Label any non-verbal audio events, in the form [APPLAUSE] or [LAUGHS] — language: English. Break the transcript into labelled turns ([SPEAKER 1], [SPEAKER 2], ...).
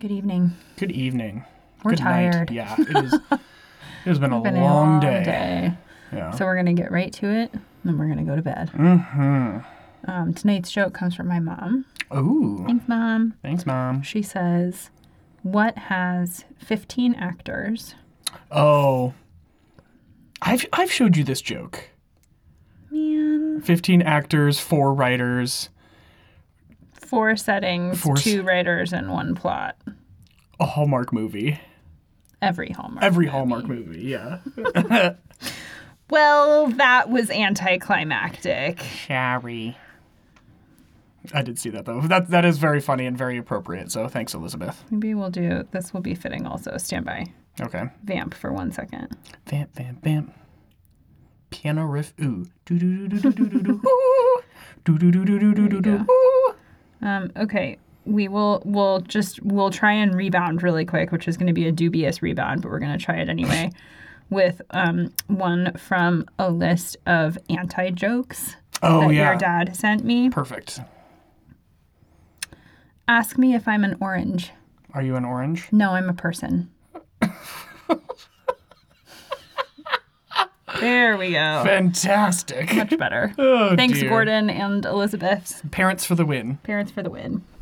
[SPEAKER 1] Good evening.
[SPEAKER 2] Good evening.
[SPEAKER 1] We're
[SPEAKER 2] Good night.
[SPEAKER 1] tired.
[SPEAKER 2] Yeah, it, is, it has [LAUGHS] been, a,
[SPEAKER 1] Been
[SPEAKER 2] long day. Yeah.
[SPEAKER 1] So we're gonna get right to it, and then we're gonna go to bed.
[SPEAKER 2] mm-hmm.
[SPEAKER 1] Um, tonight's joke comes from my mom.
[SPEAKER 2] Ooh.
[SPEAKER 1] Thanks, mom.
[SPEAKER 2] Thanks, mom.
[SPEAKER 1] She says, "What has 15 actors?"
[SPEAKER 2] Oh, I've I've showed you this joke.
[SPEAKER 1] Man,
[SPEAKER 2] Fifteen actors, four writers.
[SPEAKER 1] four settings,
[SPEAKER 2] Four s-
[SPEAKER 1] two writers, and one plot.
[SPEAKER 2] A Hallmark movie.
[SPEAKER 1] Every Hallmark.
[SPEAKER 2] Every Hallmark movie. Yeah.
[SPEAKER 1] Well, that was anticlimactic.
[SPEAKER 2] Sorry. I did see that though. That that is very funny and very appropriate. So thanks, Elizabeth.
[SPEAKER 1] Maybe we'll do this. Will be fitting also. Stand by.
[SPEAKER 2] Okay.
[SPEAKER 1] Vamp for one second.
[SPEAKER 2] Vamp, vamp, vamp. Piano riff. Ooh. Do do do do do do do [LAUGHS] do. Ooh. Do do do do do do do do. Ooh.
[SPEAKER 1] Um, okay, we will. We'll just. We'll try and rebound really quick, which is going to be a dubious rebound, but we're going to try it
[SPEAKER 2] [LAUGHS]
[SPEAKER 1] anyway. with um, one from a list of anti jokes
[SPEAKER 2] Oh
[SPEAKER 1] that
[SPEAKER 2] yeah.
[SPEAKER 1] your dad sent me.
[SPEAKER 2] Perfect.
[SPEAKER 1] Ask me if I'm an orange.
[SPEAKER 2] Are you an orange?
[SPEAKER 1] No, I'm a
[SPEAKER 2] [LAUGHS]
[SPEAKER 1] person. there we go.
[SPEAKER 2] Fantastic.
[SPEAKER 1] Much better.
[SPEAKER 2] Oh,
[SPEAKER 1] Thanks,
[SPEAKER 2] dear.
[SPEAKER 1] Gordon and Elizabeth.
[SPEAKER 2] Parents for the win.
[SPEAKER 1] Parents for the win.